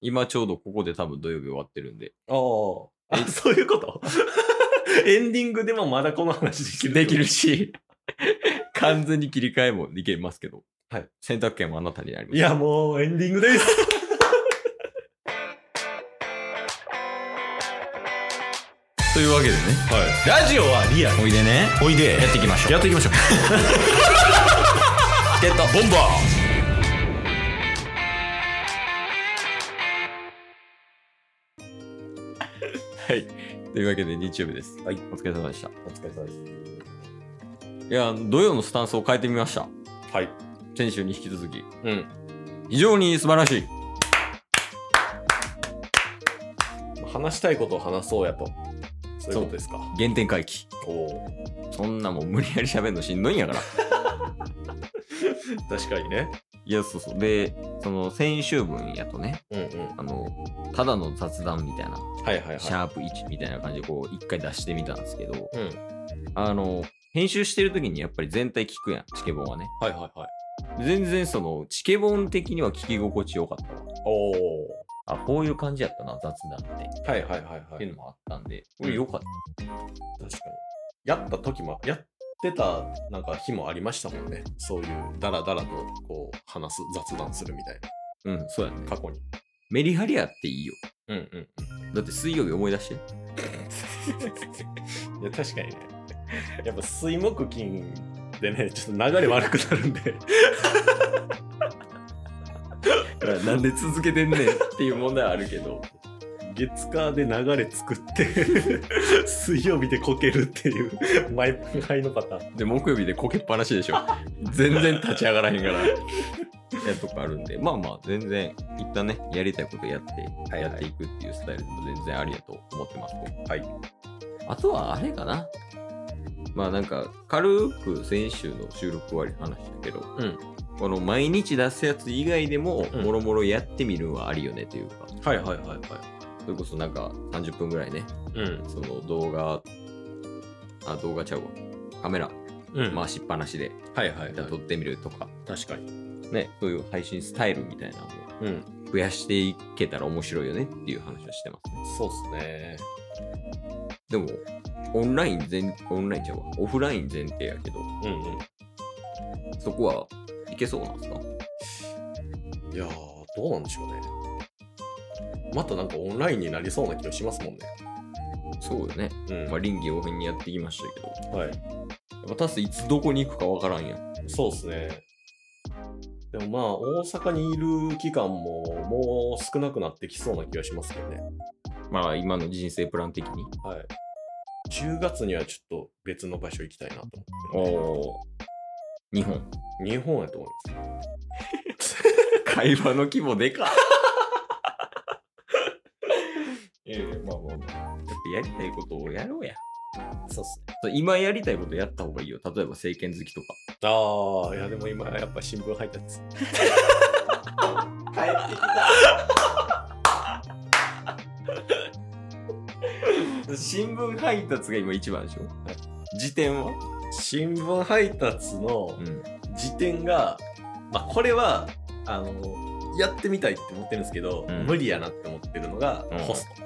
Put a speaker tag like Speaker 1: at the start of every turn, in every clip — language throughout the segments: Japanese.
Speaker 1: 今ちょうどここで多分土曜日終わってるんで。
Speaker 2: おあ、そういうこと エンディングでもまだこの話でき る。
Speaker 1: できる。し、 完全に切り替えもできますけど、
Speaker 2: はい、
Speaker 1: 選択権はあなたになります。
Speaker 2: いや、もうエンディングです。
Speaker 1: というわけでね、
Speaker 2: ラジオはリアル。
Speaker 1: おいでね、
Speaker 2: おいで。
Speaker 1: やっていきましょう。
Speaker 2: っていきましょう。
Speaker 1: ってた。
Speaker 2: ボンバ
Speaker 1: はい。というわけで日曜日です。
Speaker 2: はい
Speaker 1: お疲れ様でした。い
Speaker 2: ーお疲れ様です。
Speaker 1: や、土曜のスタンスを変えてみました。
Speaker 2: はい。
Speaker 1: 先週に引き続き。
Speaker 2: うん。
Speaker 1: 非常に素晴らしい。
Speaker 2: 話したいことを話そうやと。そういうことですか。
Speaker 1: 原点回帰。
Speaker 2: おお。
Speaker 1: そんなもん無理やり喋るのしんどいんやから。
Speaker 2: 確かにね。
Speaker 1: いや、そうそう。で、その先週分やとね、
Speaker 2: うんうん。
Speaker 1: あの、ただの雑談みたいな、
Speaker 2: はいはいはい。
Speaker 1: シャープ1みたいな感じでこう、一回出してみたんですけど、
Speaker 2: うん。
Speaker 1: あの、編集してる時にやっぱり全体聞くやん、チケボンはね。
Speaker 2: はいはいはい。
Speaker 1: 全然その、チケボン的には聞き心地よかったわ。
Speaker 2: おお。
Speaker 1: あ、こういう感じやったな、雑談って。
Speaker 2: はいはいはい
Speaker 1: っ
Speaker 2: は
Speaker 1: てい
Speaker 2: い。
Speaker 1: うのもあったんで、これ良かった。
Speaker 2: 確かに。やった時も、やってたなんか日もありましたもんね。そういう、だらだらとこう、話す、雑談するみたいな。
Speaker 1: うん、そうやね。
Speaker 2: 過去に。
Speaker 1: メリハリアっていいよ。
Speaker 2: うんうん。
Speaker 1: だって水曜日思い出して。
Speaker 2: いや確かにねやっぱ水木金でねちょっと流れ悪くなるん で
Speaker 1: なんで続けてんねんっていう問題はあるけど。
Speaker 2: 月火で流れ作って水曜日でこけるっていう毎回のパターン
Speaker 1: で、木曜日でこけっぱなしでしょ。 全然立ち上がらへんから。やとかあるんで、まあまあ、全然、一旦ね、やりたいことやって、
Speaker 2: はいはい
Speaker 1: やっていくっていうスタイルでも全然ありやと思ってます。
Speaker 2: はい。
Speaker 1: あとは、あれかな。まあなんか、軽く先週の収録終わりの話だけど、
Speaker 2: うん
Speaker 1: この毎日出すやつ以外でも、
Speaker 2: うん
Speaker 1: もろもろやってみるはありよねというか、
Speaker 2: はいはいはいはい
Speaker 1: それこそなんか30分ぐらいね、
Speaker 2: うん
Speaker 1: その動画、あ、動画ちゃうわ。カメラ
Speaker 2: うん
Speaker 1: 回しっぱなしで、
Speaker 2: はいはいはい
Speaker 1: じゃあ撮ってみるとか、
Speaker 2: 確かに
Speaker 1: ね、そういう配信スタイルみたいなのを
Speaker 2: うん
Speaker 1: 増やしていけたら面白いよねっていう話はしてますね。
Speaker 2: そうっすね
Speaker 1: でも、オンライン全、オンラインちゃうわ。オフライン前提やけど、
Speaker 2: うんうん
Speaker 1: そこはいけそうなんですか
Speaker 2: いやーどうなんでしょうねまたなんかオンラインになりそうな気がしますもんね
Speaker 1: そうよね。
Speaker 2: うん
Speaker 1: まあ、臨機応変にやってきましたけど、
Speaker 2: はい
Speaker 1: やっぱタスいつどこに行くかわからんやん。
Speaker 2: そうですね。でもまあ、大阪にいる期間ももう少なくなってきそうな気がしますけどね。
Speaker 1: まあ、今の人生プラン的に。
Speaker 2: はい。10月にはちょっと別の場所行きたいなと思ってるんで、
Speaker 1: お日本。
Speaker 2: 日本やと思いま
Speaker 1: 会話の規模でか ええまあまあまあ。やっぱやりたいことをやろうや。
Speaker 2: す。そうっすね。
Speaker 1: そう今やりたいことやった方がいいよ。例えば政権好きとか。
Speaker 2: ああ、いやでも今やっぱ新聞配達。
Speaker 1: 帰ってきた新聞配達が今一番でしょ、辞典は
Speaker 2: 新聞配達の
Speaker 1: ん
Speaker 2: 辞典が、まあこれは、あの、やってみたいって思ってるんですけど、
Speaker 1: うん
Speaker 2: 無理やなって思ってるのが
Speaker 1: うん
Speaker 2: ホス ト。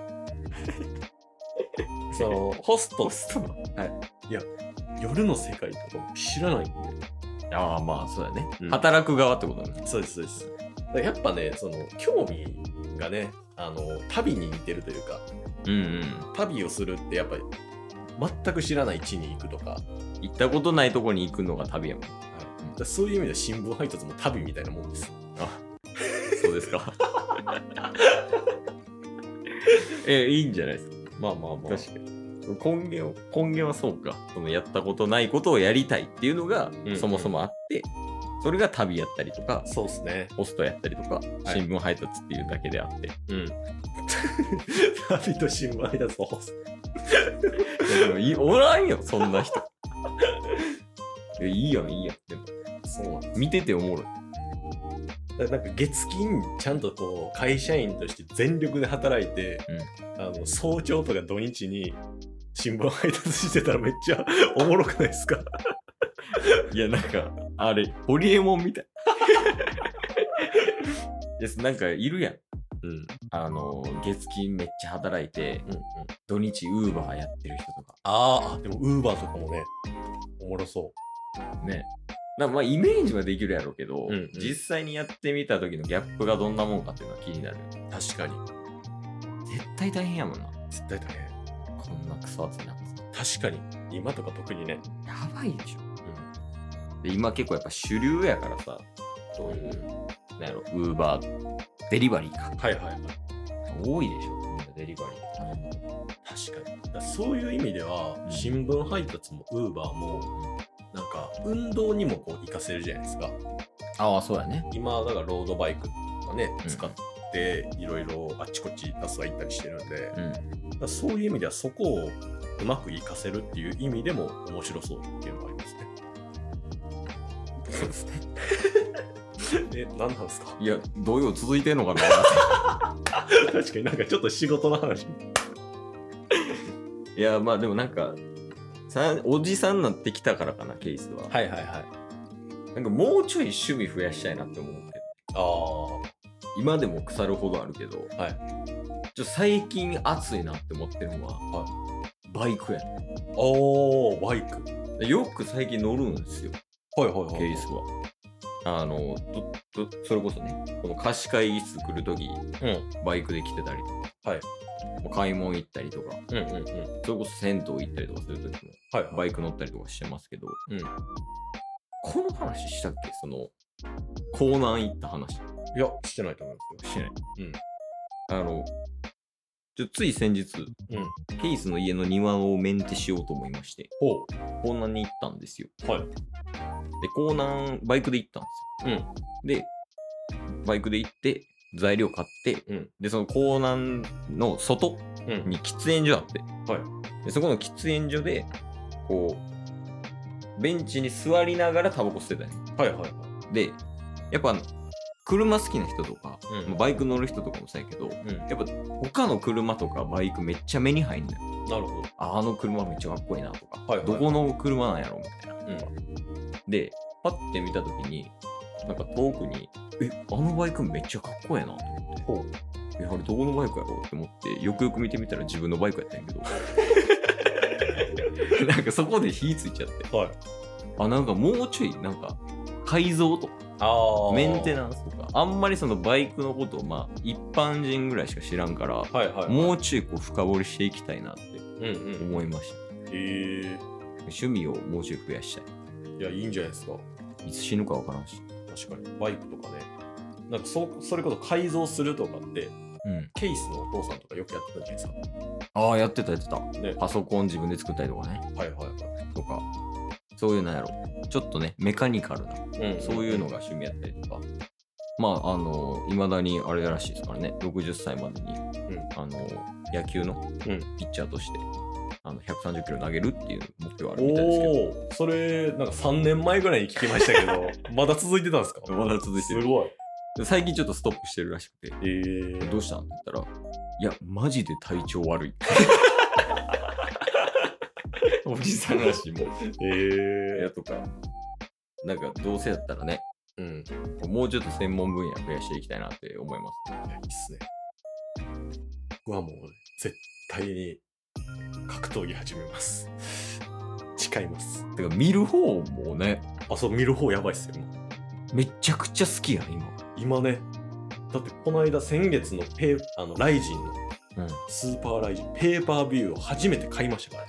Speaker 2: その、ホスト
Speaker 1: ポストの
Speaker 2: 夜の世界とか知らないんで。
Speaker 1: ああまあそうだね、
Speaker 2: うん
Speaker 1: 働く側ってことね
Speaker 2: そうですそうですだからやっぱねその興味がねあの旅に似てるというか
Speaker 1: うんうん
Speaker 2: 旅をするってやっぱり全く知らない地に行くとか
Speaker 1: 行ったことないとこに行くのが旅やもん
Speaker 2: だからそういう意味では新聞配達も旅みたいなもんです
Speaker 1: そうですか えいいんじゃないですか
Speaker 2: まあまあま
Speaker 1: 確かに根源を根源はそうかそのやったことないことをやりたいっていうのが
Speaker 2: うん
Speaker 1: そもそもあって、それが旅やったりとか
Speaker 2: そうですね
Speaker 1: ポストやったりとか、
Speaker 2: はい
Speaker 1: 新聞配達っていうだけであって。
Speaker 2: うん旅と新聞配達のホス
Speaker 1: いやでもい、おらんよ、そんな人。 いやいいやん、いいやん。でも、
Speaker 2: トそうなんです
Speaker 1: 見てておもろい。
Speaker 2: だからなんか月金ちゃんとこう会社員として全力で働いて、あの早朝とか土日に新聞配達してたらめっちゃ おもろくないですか
Speaker 1: いや、なんか、 あれ、ホリエモンみたい。いや、なんか、いるやん。
Speaker 2: うん。
Speaker 1: あの、月金めっちゃ働いて、
Speaker 2: うんうん。
Speaker 1: 土日ウーバーやってる人とか。
Speaker 2: あーあ、でも、ウーバーとかもね、おもろそ
Speaker 1: ね。だからまあイメージはできるやろうけど、
Speaker 2: うんうん
Speaker 1: 実際にやってみた時のギャップがどんなもんかっていうのは気になる。
Speaker 2: う。確かに。
Speaker 1: 絶対大変やもんな。
Speaker 2: 絶対大変。
Speaker 1: こんなクソ暑い中さ。
Speaker 2: 確かに。今とか特にね。
Speaker 1: やばいでしょ。で今結構やっぱ主流やからさ、そういう、なんやろ、ウーバー、デリバリーか。
Speaker 2: はいはいはい。
Speaker 1: 多いでしょ、みんなデリバリー頼むの。
Speaker 2: 確かに。だからそういう意味では、
Speaker 1: うん
Speaker 2: 新聞配達もウーバーも、なんか、運動にもこう、活かせるじゃないですか。
Speaker 1: ああ、そうやね。
Speaker 2: 今、だからロードバイクとかね
Speaker 1: う、ん
Speaker 2: 使って、いろいろあっちこっちバスは行ったりしてるんで、だか
Speaker 1: うん。
Speaker 2: らそういう意味では、そこをうまく活かせるっていう意味でも面白そうっていうのがありますね。
Speaker 1: そうですね。
Speaker 2: え、何なんですか
Speaker 1: いや、同様続いてん のかな
Speaker 2: 確かになんかちょっと仕事の話。
Speaker 1: いや、まあでもなんか、さおじさんになってきたからかな、ケースは。
Speaker 2: はいはいはい。
Speaker 1: なんかもうちょい趣味増やしたいなって思うけど、
Speaker 2: ああ、は
Speaker 1: 今でも腐るほどあるけど、
Speaker 2: はい
Speaker 1: ちょ最近暑いなって思ってるのは、
Speaker 2: い。
Speaker 1: バイクやね
Speaker 2: おー、バイク。
Speaker 1: でよく最近乗るんですよ、
Speaker 2: はいはいはい。
Speaker 1: ケースは。あの、どどそれこそね、この貸し会議室来るとき、
Speaker 2: うん。
Speaker 1: バイクで来てたりとか、
Speaker 2: はい
Speaker 1: まあ買い物行ったりとか、
Speaker 2: うんうんうん。
Speaker 1: それこそ銭湯行ったりとかするときも、
Speaker 2: はいはい。
Speaker 1: バイク乗ったりとかしてますけど、
Speaker 2: うん
Speaker 1: この話したっけその、港南行った話。
Speaker 2: いや、してないと思いま
Speaker 1: してない。
Speaker 2: うん。
Speaker 1: あの、ちょつい先日、
Speaker 2: すよ。うん。
Speaker 1: ケイスの家の庭をメンテしようと思いまして、
Speaker 2: ほう。
Speaker 1: 港南に行ったんですよ。
Speaker 2: はい。
Speaker 1: で、港南、バイクで行ったんですよ。うん。で、バイクで行って、材料買って、
Speaker 2: うん
Speaker 1: で、その港南の外
Speaker 2: うん
Speaker 1: に喫煙所あって、、
Speaker 2: はい
Speaker 1: でそこの喫煙所で、こう、ベンチに座りながらタバコ捨てたんよ
Speaker 2: はいはいはい。
Speaker 1: で、やっぱあの、車好きな人とか、
Speaker 2: うん
Speaker 1: まあバイク乗る人とかもそうやけど、
Speaker 2: うん。
Speaker 1: やっぱ他の車とかバイクめっちゃ目に入んのよ。
Speaker 2: なるほど。
Speaker 1: ああの車めっちゃかっこいいなとか、
Speaker 2: はいはい
Speaker 1: どこの車なんやろみたいな。で、パッて見たときに、なんか遠くに、え、あのバイクめっちゃかっこいいなと思って。
Speaker 2: ほう。
Speaker 1: え、あれどこのバイクやろうって思って、よくよく見てみたら自分のバイクやったんやけど。 なんかそこで火ついちゃって。
Speaker 2: はい。
Speaker 1: あ、なんかもうちょい、なんか、改造とか、
Speaker 2: ああ。
Speaker 1: メンテ
Speaker 2: ン。
Speaker 1: ナンスとか、あんまりそのバイクのことを、まあ、一般人ぐらいしか知らんから、
Speaker 2: はいはい。
Speaker 1: もうちょいこう深掘りしていきたいなって
Speaker 2: うんうん。
Speaker 1: 思いました。
Speaker 2: え
Speaker 1: 趣味をもうちょい増やした
Speaker 2: え。いや、いいんじゃないですか。
Speaker 1: い。いつ死ぬかわからんし。
Speaker 2: 確かに。バイクとかね。なんかそ、それこそ改造するとかって、
Speaker 1: うん。
Speaker 2: ケースのお父さんとかよくやってたじゃないですか。
Speaker 1: ああ、やってたやってた。
Speaker 2: ね。
Speaker 1: パソコン自分で作ったりとかね。
Speaker 2: はいはいは
Speaker 1: とか、そういうなんやろ。ちょっとね、メカニカルな、
Speaker 2: い。う
Speaker 1: そういうの。が趣味やったりとか。まあ、あの、いまだにあれらしいですからね、60歳までに、
Speaker 2: ん
Speaker 1: あの、野球の
Speaker 2: うん
Speaker 1: ピッチャーとして、あの、130キロ投げるっていう目標あるみたいですけど。
Speaker 2: おおー、それ、なんか3年前ぐらいに聞きましたけど、 まだ続いてたんですか
Speaker 1: まだ続いてる
Speaker 2: すごい。
Speaker 1: で最近ちょっとストップしてるらしくて、
Speaker 2: ええ
Speaker 1: どうしたんって言ったら、いや、マジで体調悪い。おじさんらしい、もう。
Speaker 2: え
Speaker 1: や
Speaker 2: え
Speaker 1: とか、なんかどうせやったらね、
Speaker 2: うん。
Speaker 1: もうちょっと専門分野増やしていきたいなって思いま
Speaker 2: いや、いいっすね。僕はもう、絶対に格闘技始めます。 誓います。
Speaker 1: す。てか見る方もね、
Speaker 2: あ、そう、見る方やばいっすよ。今
Speaker 1: めちゃくちゃ好きやん、今。
Speaker 2: 今ね、だってこの間、先月のペーあのライジンの、
Speaker 1: うん
Speaker 2: スーパーライジン、ペーパービューを初めて買いましたから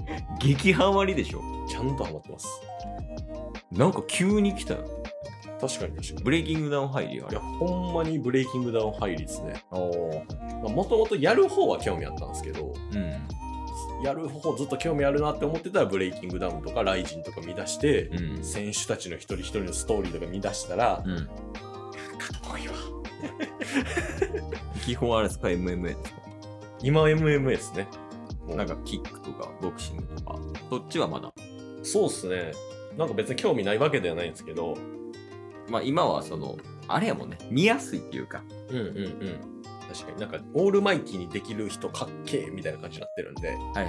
Speaker 2: ね。
Speaker 1: 激ハマりでしょ。
Speaker 2: ちゃんとハマってます。
Speaker 1: なんか急に来たよ。
Speaker 2: 確かに確か
Speaker 1: ブレイキングダウン入りあ
Speaker 2: い
Speaker 1: れ
Speaker 2: や、。ほんまにブレイキングダウン入りですね。
Speaker 1: おお。
Speaker 2: もともとやる方は興味あったんですけど、
Speaker 1: うん。
Speaker 2: やる方ずっと興味あるなって思ってたら、ブレイキングダウンとかライジンとか見出して、
Speaker 1: うん。
Speaker 2: 選手たちの一人一人のストーリーとか見出したら、
Speaker 1: うん。
Speaker 2: かっこいいわ
Speaker 1: 基本あれですか ?MMA ですか
Speaker 2: 今 MMA ですねな
Speaker 1: なんん
Speaker 2: か
Speaker 1: かキックとかボクシングとか。そっちはまだ。
Speaker 2: そうっすねなんか別に興味ないわけではないんですけど
Speaker 1: まあ今はその、あれやもんね。見やすいっていうか。
Speaker 2: うんうんうん確かになんかオールマイティーにできる人かっけえみたいな感じになってるんで
Speaker 1: はいはい。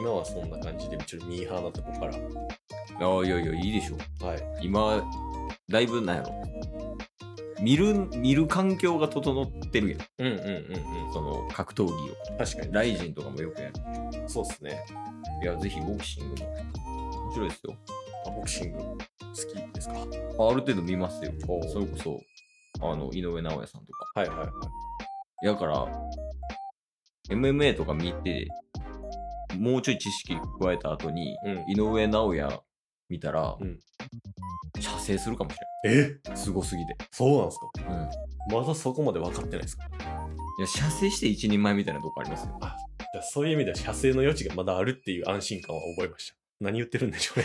Speaker 2: 今はそんな感じでちょっとミーハーなとこから
Speaker 1: ああ、いやいや、いいでしょ。
Speaker 2: はい
Speaker 1: 今、だいぶなんやろ。見る、見る環境が整ってるやん。
Speaker 2: うんうんうん
Speaker 1: その格闘技を。
Speaker 2: うん。確かに。
Speaker 1: ライジンとかもよくやる。
Speaker 2: そうっすね。
Speaker 1: いや、ぜひボクシングも。面白いですよ。
Speaker 2: あボクシング好きですかは
Speaker 1: あある程度見ますよ。
Speaker 2: おう
Speaker 1: それこそ、あの、井上尚弥さんとか。
Speaker 2: いはいはい。
Speaker 1: やから、MMA とか見て、もうちょい知識加えた後に、
Speaker 2: うん
Speaker 1: 井上尚弥見たら、
Speaker 2: うん
Speaker 1: 射精するかもし
Speaker 2: え
Speaker 1: れない。すごすぎて。
Speaker 2: そうなんですか
Speaker 1: うん。い
Speaker 2: まだそこまで分かってないですか
Speaker 1: や、射精して一人前みたいなとこありますよ。
Speaker 2: じゃあそういう意味では射精の余地がまだあるっていう安心感は覚えました。何言ってるんでしょうね。